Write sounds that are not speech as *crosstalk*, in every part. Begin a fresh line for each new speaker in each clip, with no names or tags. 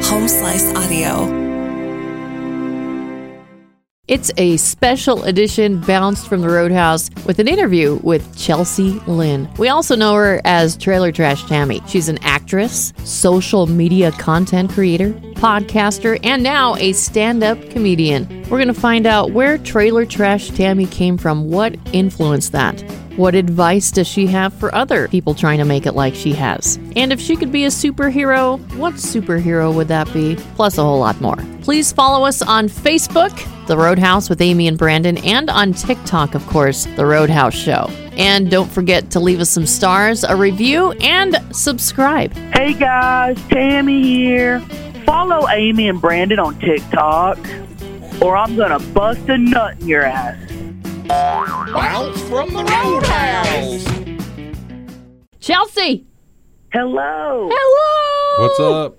Slice Audio.
It's a special edition bounced from the Roadhouse with an interview with Chelsea Lynn. We also know her as Trailer Trash Tammy. She's an actress, social media content creator, podcaster, and now a stand up comedian. We're going to find out where Trailer Trash Tammy came from, what influenced that. What advice does she have for other people trying to make it like she has? And if she could be a superhero, what superhero would that be? Plus a whole lot more. Please follow us on Facebook, The Roadhouse with Amy and Brandon, and on TikTok, of course, The Roadhouse Show. And don't forget to leave us some stars, a review, and subscribe.
Hey guys, Tammy here. Follow Amy and Brandon on TikTok, or I'm gonna bust a nut in your ass.
Bounce from the Roadhouse.
Chelsea!
Hello,
Hello!
What's up?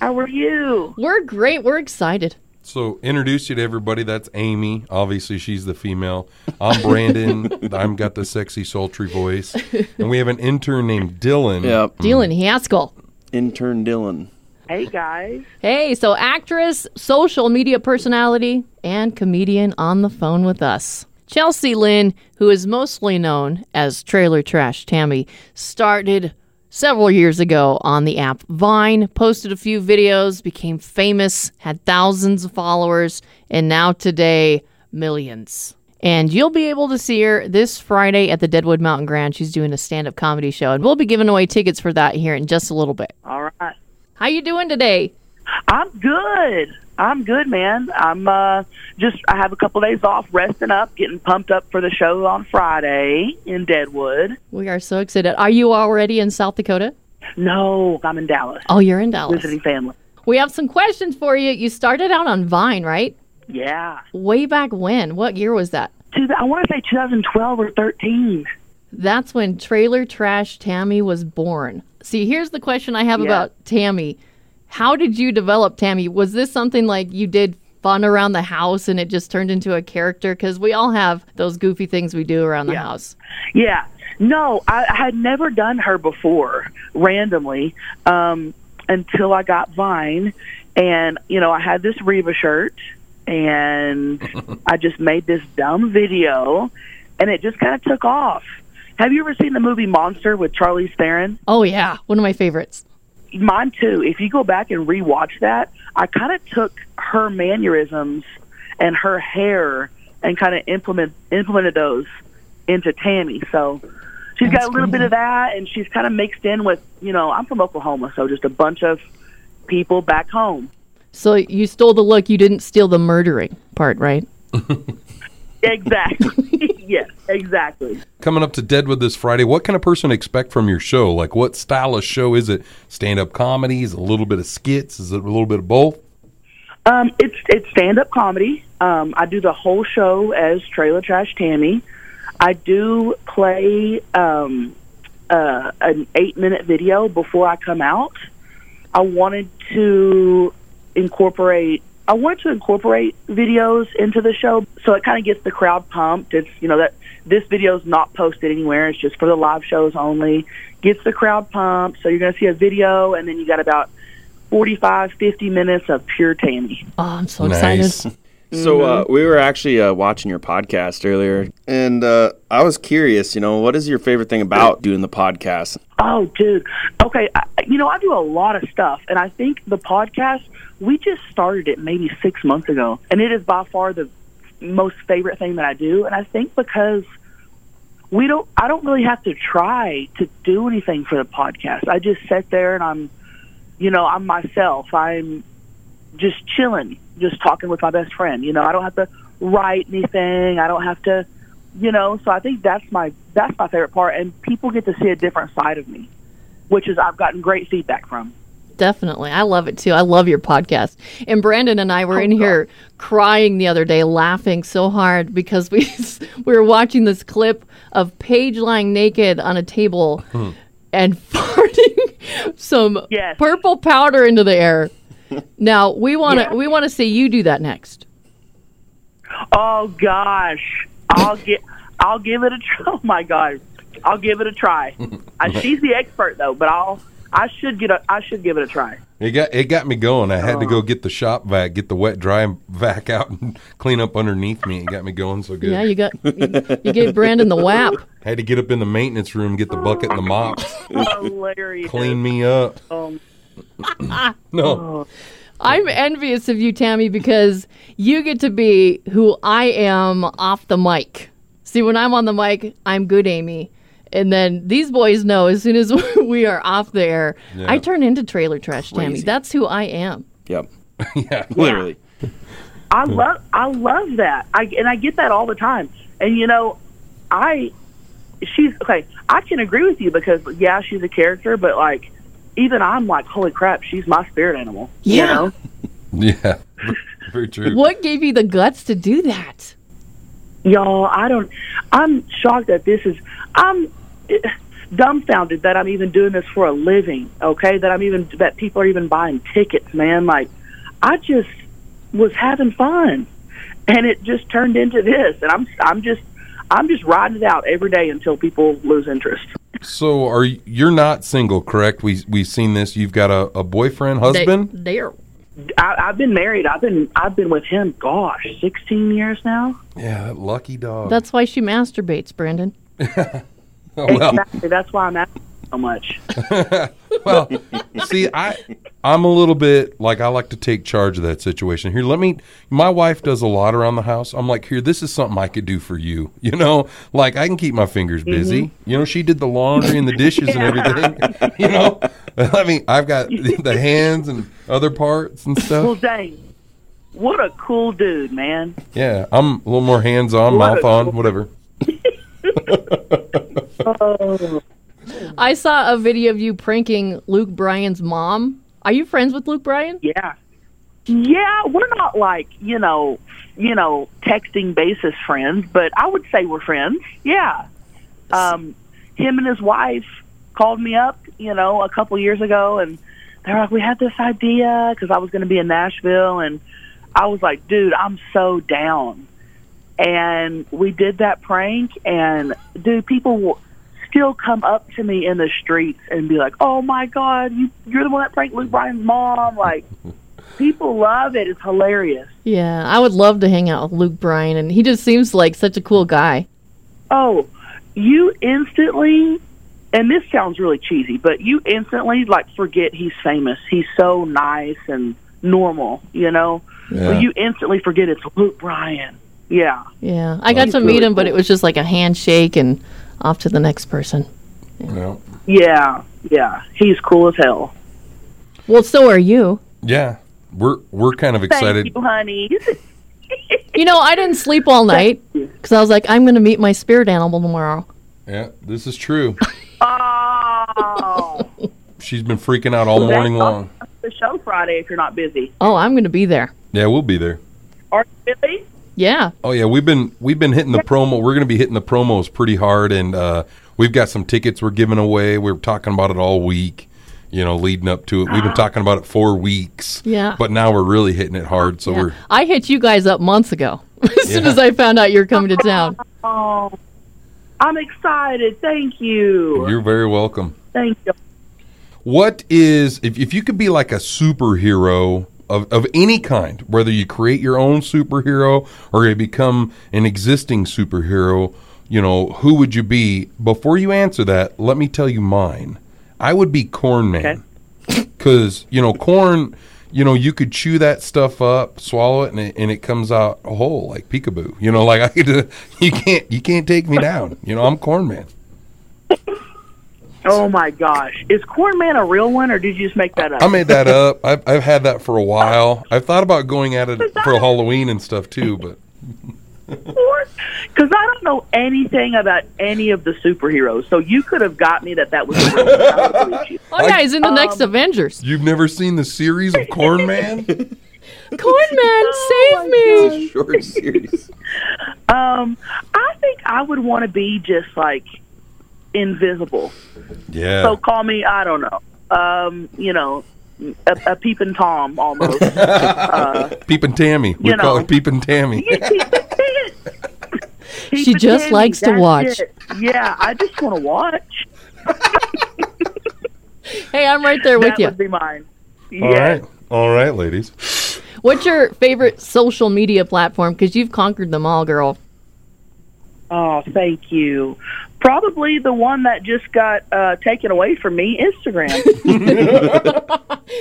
how are you?
We're great. We're excited.
So, introduce you to everybody. That's Amy. Obviously, she's the female. I'm Brandon. I'm got the sexy, sultry voice, and we have an intern named Dylan.
Yep.
Dylan Haskell.
Intern Dylan.
Hey guys,
Hey, so actress, social media personality, and comedian on the phone with us. Chelsea Lynn, who is mostly known as Trailer Trash Tammy, started several years ago on the app Vine, posted a few videos, became famous, had thousands of followers, and now today, millions. And you'll be able to see her this Friday at the Deadwood Mountain Grand. She's doing a stand-up comedy show, and we'll be giving away tickets for that here in just a little bit.
all right.
How you doing today?
I'm good. I'm good, man. I'm uh, just I have a couple days off, resting up, getting pumped up for the show on Friday in Deadwood.
We are so excited. Are you already in South Dakota?
No, I'm in Dallas
Oh, you're in Dallas.
visiting family.
We have some questions for you. You started out on Vine, right?
Yeah,
Way back when? What year was that?
Two, I want to say 2012 or 13.
That's when Trailer Trash Tammy was born. See, here's the question I have
Yeah.
about Tammy. How did you develop Tammy? Was this something like you did fun around the house and it just turned into a character? Because we all have those goofy things we do around the house.
Yeah. No, I, I had never done her before randomly um, until I got Vine. And, you know, I had this Reba shirt and I just made this dumb video and it just kind of took off. Have you ever seen the movie Monster with Charlize Theron?
Oh, yeah. One of my favorites.
Mine too. If you go back and rewatch that, I kind of took her mannerisms and her hair and kind of implement implemented those into Tammy. So she's got a little bit of that, and she's kind of mixed in with you know I'm from Oklahoma, so just a bunch of people back home.
So you stole the look. You didn't steal the murdering part, right?
Exactly. *laughs* yes, exactly.
Coming up to Deadwood this Friday. What can a person expect from your show? Like, what style of show is it? Stand up comedy? Is it a little bit of skits? Is it a little bit of both?
Um, it's it's stand up comedy. Um, I do the whole show as Trailer Trash Tammy. I do play um, uh, an eight minute video before I come out. I wanted to incorporate. I wanted to incorporate videos into the show, so it kind of gets the crowd pumped. It's you know that this video's not posted anywhere; it's just for the live shows only. Gets the crowd pumped, so you're going to see a video, and then you got about 45, 50 minutes of pure Tammy.
Oh, I'm so excited.
nice.
So uh, we were actually uh, watching your podcast earlier, and uh, I was curious. You know, what is your favorite thing about doing the podcast?
Oh, dude. Okay, I, you know I do a lot of stuff, and I think the podcast we just started it maybe six months ago, and it is by far the most favorite thing that I do. And I think because we don't, I don't really have to try to do anything for the podcast. I just sit there and I'm, you know, I'm myself. I'm just chilling, just talking with my best friend. You know, I don't have to write anything. I don't have to, you know. So I think that's my that's my favorite part, and people get to see a different side of me, which is I've gotten great feedback from.
Definitely. I love it too. I love your podcast. And Brandon and I were in here crying the other day, laughing so hard because we *laughs* we were watching this clip of Paige lying naked on a table and *laughs* farting some
Yes.
purple powder into the air. Now we wanna we wanna see you do that next.
Oh gosh, I'll get *laughs* I'll give it a try. Oh my god, I'll give it a try. I, she's the expert though, but I'll I should get a, I should give it a try.
It got it got me going. I had to go get the shop vac, get the wet dry vac out, and *laughs* clean up underneath me. It got me going so good.
Yeah, you got you, you gave Brandon the whap.
had to get up in the maintenance room, get the bucket and the mop,
Hilarious.
clean me up.
Um,
*laughs*
Oh.
No,
I'm envious of you, Tammy, because you get to be who I am off the mic. See, when I'm on the mic, I'm good, Amy. And then these boys know as soon as *laughs* we are off the air,
Yeah.
I turn into trailer trash, Tammy.
Crazy.
That's who I am.
Yep.
yeah,
*laughs* Literally.
I love I love that. I and I get that all the time. And you know, I she's okay. I can agree with you because yeah, she's a character, but like even I'm like, holy crap, she's my spirit animal.
Yeah.
You know?
*laughs* yeah, very true.
What gave you the guts to do that?
Y'all, I don't. I'm shocked that this is. I'm eh, dumbfounded that I'm even doing this for a living. Okay, that I'm even that people are even buying tickets, man. Like, I just was having fun, and it just turned into this. And I'm I'm just I'm just riding it out every day until people lose interest.
So, are you, you're not single, correct? We we've seen this. You've got a, a boyfriend,
They-
husband.
They're
I, I've been married. I've been I've been with him. Gosh, 16 years now.
yeah, that lucky dog.
That's why she masturbates, Brandon.
Oh, well,
Exactly. That's why I'm at so much.
well, see, I I'm a little bit like I like to take charge of that situation. Here, let me. My wife does a lot around the house. I'm like, here, this is something I could do for you. *laughs* You know, like I can keep my fingers
Mm-hmm.
busy. You know, she did the laundry and the dishes and everything. *laughs* You know, I mean, I've got the hands and other parts and
Well,
stuff.
dang, what a cool dude, man.
Yeah, I'm a little more hands on, mouth on, whatever.
I saw a video of you pranking Luke Bryan's mom. Are you friends with Luke Bryan?
Yeah. Yeah, we're not like, you know, you know, texting basis friends, but I would say we're friends. Yeah. Um him and his wife called me up, you know, a couple years ago and they were like, "We had this idea cuz I was going to be in Nashville and I was like, "Dude, I'm so down." And we did that prank and dude, people w- still come up to me in the streets and be like, "Oh my god, you you're the one that pranked Luke Bryan's mom." Like people love it. It's hilarious.
Yeah, I would love to hang out with Luke Bryan, and he just seems like such a cool guy.
Oh, you instantly and this sounds really cheesy, but you instantly like forget he's famous. He's so nice and normal, you know?
Yeah.
You instantly forget it's Luke Bryan. Yeah.
Yeah, I got to meet him, but it was just like a handshake and off to the next person.
Yeah.
Yeah. Yeah. He's cool as hell.
Well, so are you.
yeah. We're we're kind of
Thank
excited.
you, honey. *laughs*
You know, I didn't sleep all night because I was like, I'm going to meet my spirit animal tomorrow.
Yeah, this is true.
Oh.
She's been freaking out all morning long.
the show Friday if you're not busy.
Oh, I'm going to be there.
Yeah, we'll be there.
Are you busy?
Yeah.
Oh yeah, we've been we've been hitting the promo. We're going to be hitting the promos pretty hard, and uh, we've got some tickets we're giving away. We were talking about it all week, you know, leading up to it. We've been talking about it for weeks.
Ah. Yeah.
but now we're really hitting it hard. So
Yeah.
we're
I hit you guys up months ago *laughs* as soon
Yeah.
as I found out you were coming to town.
Oh, I'm excited. Thank you.
you're very welcome.
Thank you.
What is if if you could be like a superhero of of any kind, whether you create your own superhero or you become an existing superhero, you know, who would you be? Before you answer that, let me tell you mine. I would be Corn Man. *laughs* Cuz, you know, corn, you know, you could chew that stuff up, swallow it and it, and it comes out whole like peekaboo. You know, like *laughs* I could you can't you can't take me down. You know, I'm Corn Man.
Oh my gosh, is Corn Man a real one, or did you just make that up?
I made that up. I've, I've had that for a while. I've thought about going at it for Halloween and stuff too, but
Because I don't know anything about any of the superheroes, so you could have got me that that was. A real one. I would
*laughs*
believe you.
Oh, yeah, he's in the next Avengers.
you've never seen the series of Corn Man?
*laughs*
Corn Man, save me.
Short series.
Um, I think I would want to be just like invisible.
Yeah.
So call me, I don't know, um, you know, a, a peeping tom
*laughs*
almost.
Peeping Tammy. We
You
call
know.
her
*laughs*
Peeping Tammy.
Keep it
just
handy.
likes to
That's
watch.
it. Yeah, I just want to watch.
Hey, I'm right there with
that
you.
would be mine. Yeah.
All right. All right, ladies.
What's your favorite social media platform? Because you've conquered them all, girl.
Oh, thank you. Probably the one that just got uh, taken away from me, Instagram.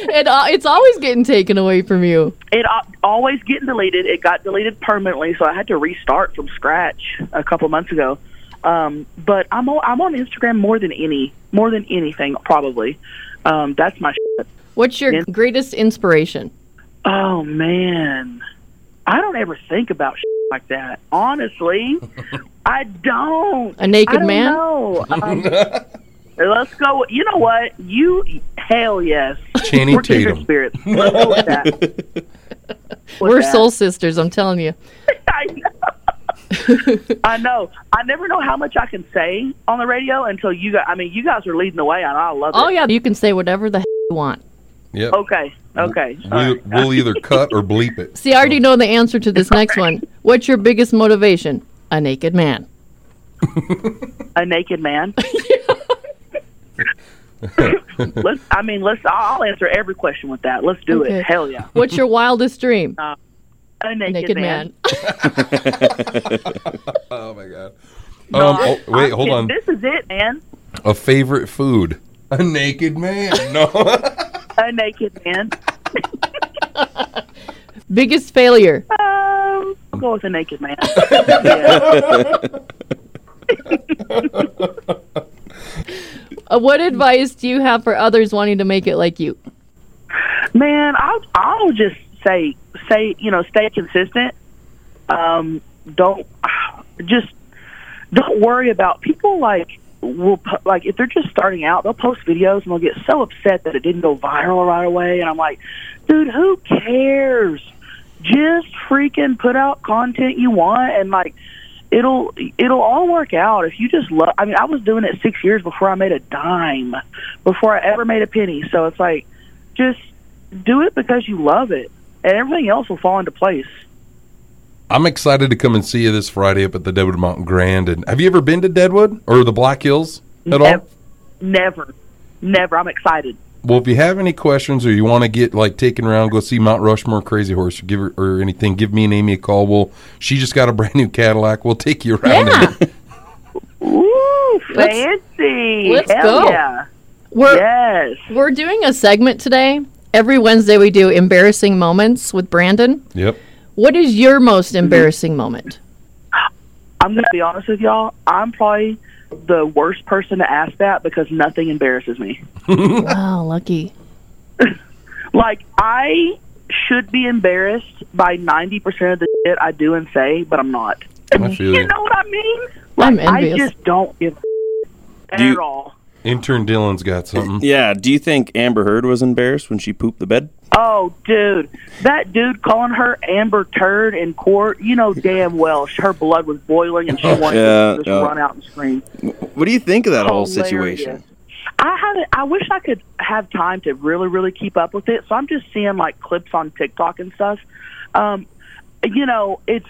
It, uh, it's always getting taken away from you.
it al- always getting deleted. It got deleted permanently, so I had to restart from scratch a couple months ago. Um, but I'm o- I'm on Instagram more than any more than anything probably. Um, that's my. Shit.
What's your
Yeah.
greatest inspiration?
Oh man, I don't ever think about shit like that. Honestly, I don't.
A naked
I don't
man?
Know.
*laughs*
Um, let's go. You know what? You hell yes.
Channing
We're kindred
Tatum.
spirits. Let's go with that.
*laughs*
With
We're
that.
soul sisters, I'm telling you.
I know. I know. I never know how much I can say on the radio until you guys. I mean, you guys are leading the way, and I love it.
Oh, yeah, you can say whatever the heck you want.
Yep.
Okay. Okay.
We,
All right. *laughs*
We'll either cut or bleep it.
See, I
Oh.
already know the answer to this next one. What's your biggest motivation? A naked man.
a
*laughs*
naked man. *laughs* let's. I mean, let's. I'll answer every question with that. Let's do
Okay.
it. Hell yeah.
What's
*laughs*
your wildest dream?
A naked,
naked man. *laughs*
man.
Oh my god.
No,
Um,
I-
oh, wait,
I-
hold on.
This is it, man.
A favorite food. A
*laughs*
naked man. No.
A naked man.
Biggest failure?
*laughs* Um, I'll go with a naked man. Yeah.
Uh, what advice do you have for others wanting to make it like you?
Man, I'll I'll just say say you know stay consistent. Um, don't just don't worry about people like will po- like if they're just starting out they'll post videos and they'll get so upset that it didn't go viral right away and I'm like, dude, who cares? Just freaking put out content you want and like it'll it'll all work out if you just love. I mean, I was doing it six years before I made a dime, before I ever made a penny. So it's like just do it because you love it, and everything else will fall into place.
I'm excited to come and see you this Friday up at the Deadwood Mountain Grand. And have you ever been to Deadwood or the Black Hills at all?
Nev- Never, never. I'm excited.
Well, if you have any questions or you want to get like taken around, go see Mount Rushmore, Crazy Horse, or give her, or anything. Give me and Amy a call. We'll she just got a *laughs* brand new Cadillac. We'll take you around.
Yeah.
in it.
Ooh,
Let's-
fancy!
let's
Hell
go.
yeah!
We're,
Yes.
we're doing a segment today. Every Wednesday, we do embarrassing moments with Brandon.
Yep.
What is your most
Mm-hmm.
embarrassing
*laughs*
moment?
I'm gonna be honest with y'all. I'm probably the worst person to ask that because nothing embarrasses me.
Wow, lucky.
Like I should be embarrassed by 90% of the shit I do and say, but I'm not.
I feel
You
you.
know what I mean?
I'm
Like, I
envious.
just don't give a
Do you-
at all.
Intern Dylan's got something.
Yeah. Do you think Amber Heard was embarrassed when she pooped the bed?
Oh, dude, that dude calling her Amber Turd in court, you know damn well her blood was boiling and she wanted
Oh, Yeah,
to just
yeah.
run out and scream.
What do you think of that whole
Hilarious.
situation?
I haven't. I wish I could have time to really, really keep up with it. So I'm just seeing like clips on TikTok and stuff. Um, you know, it's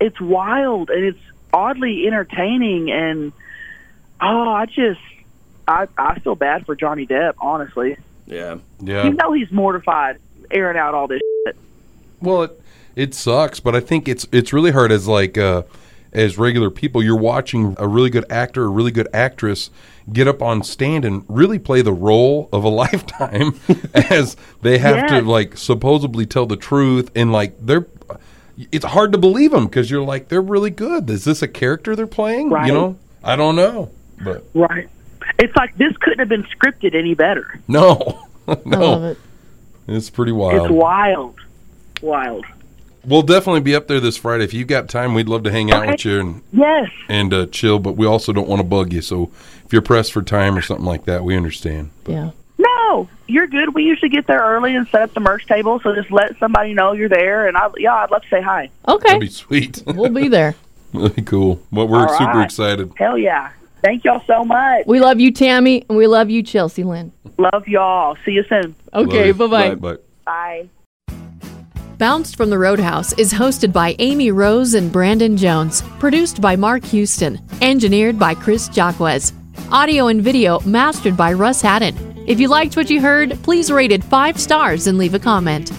it's wild and it's oddly entertaining. And oh, I just I I feel bad for Johnny Depp. Honestly,
Yeah.
Yeah.
you know he's mortified airing out all this. Shit.
Well, it, it sucks, but I think it's it's really hard as like uh, as regular people. You're watching a really good actor, a really good actress get up on stand and really play the role of a *laughs* lifetime, as they have to
Yes.
like supposedly tell the truth and like they're. It's hard to believe them because you're like they're really good. Is this a character they're playing?
Right.
You know, I don't know, but
Right. It's like this couldn't have been scripted any better.
no, *laughs*
I love
no,
it.
it's pretty wild.
It's wild. Wild.
We'll definitely be up there this Friday if you've got time. We'd love to hang out with you and
Yes.
and uh, chill, but we also don't want to bug you. So if you're pressed for time or something like that, we understand.
Yeah.
No, you're good. We usually get there early and set up the merch table, so just let somebody know you're there. And I, yeah, I'd love to say hi.
Okay.
That'd be sweet. *laughs*
we'll be there.
That'd be cool. But we're
All
super
right.
excited.
Hell yeah! Thank y'all so much.
We love you, Tammy, and we love you, Chelsea Lynn.
Love y'all. See you soon.
Okay, bye
Love
bye.
you. Bye.
Bye.
Bounced from the Roadhouse is hosted by Amy Rose and Brandon Jones, produced by Mark Houston, engineered by Chris Jacquez, audio and video mastered by Russ Haddon. If you liked what you heard, please rate it five stars and leave a comment.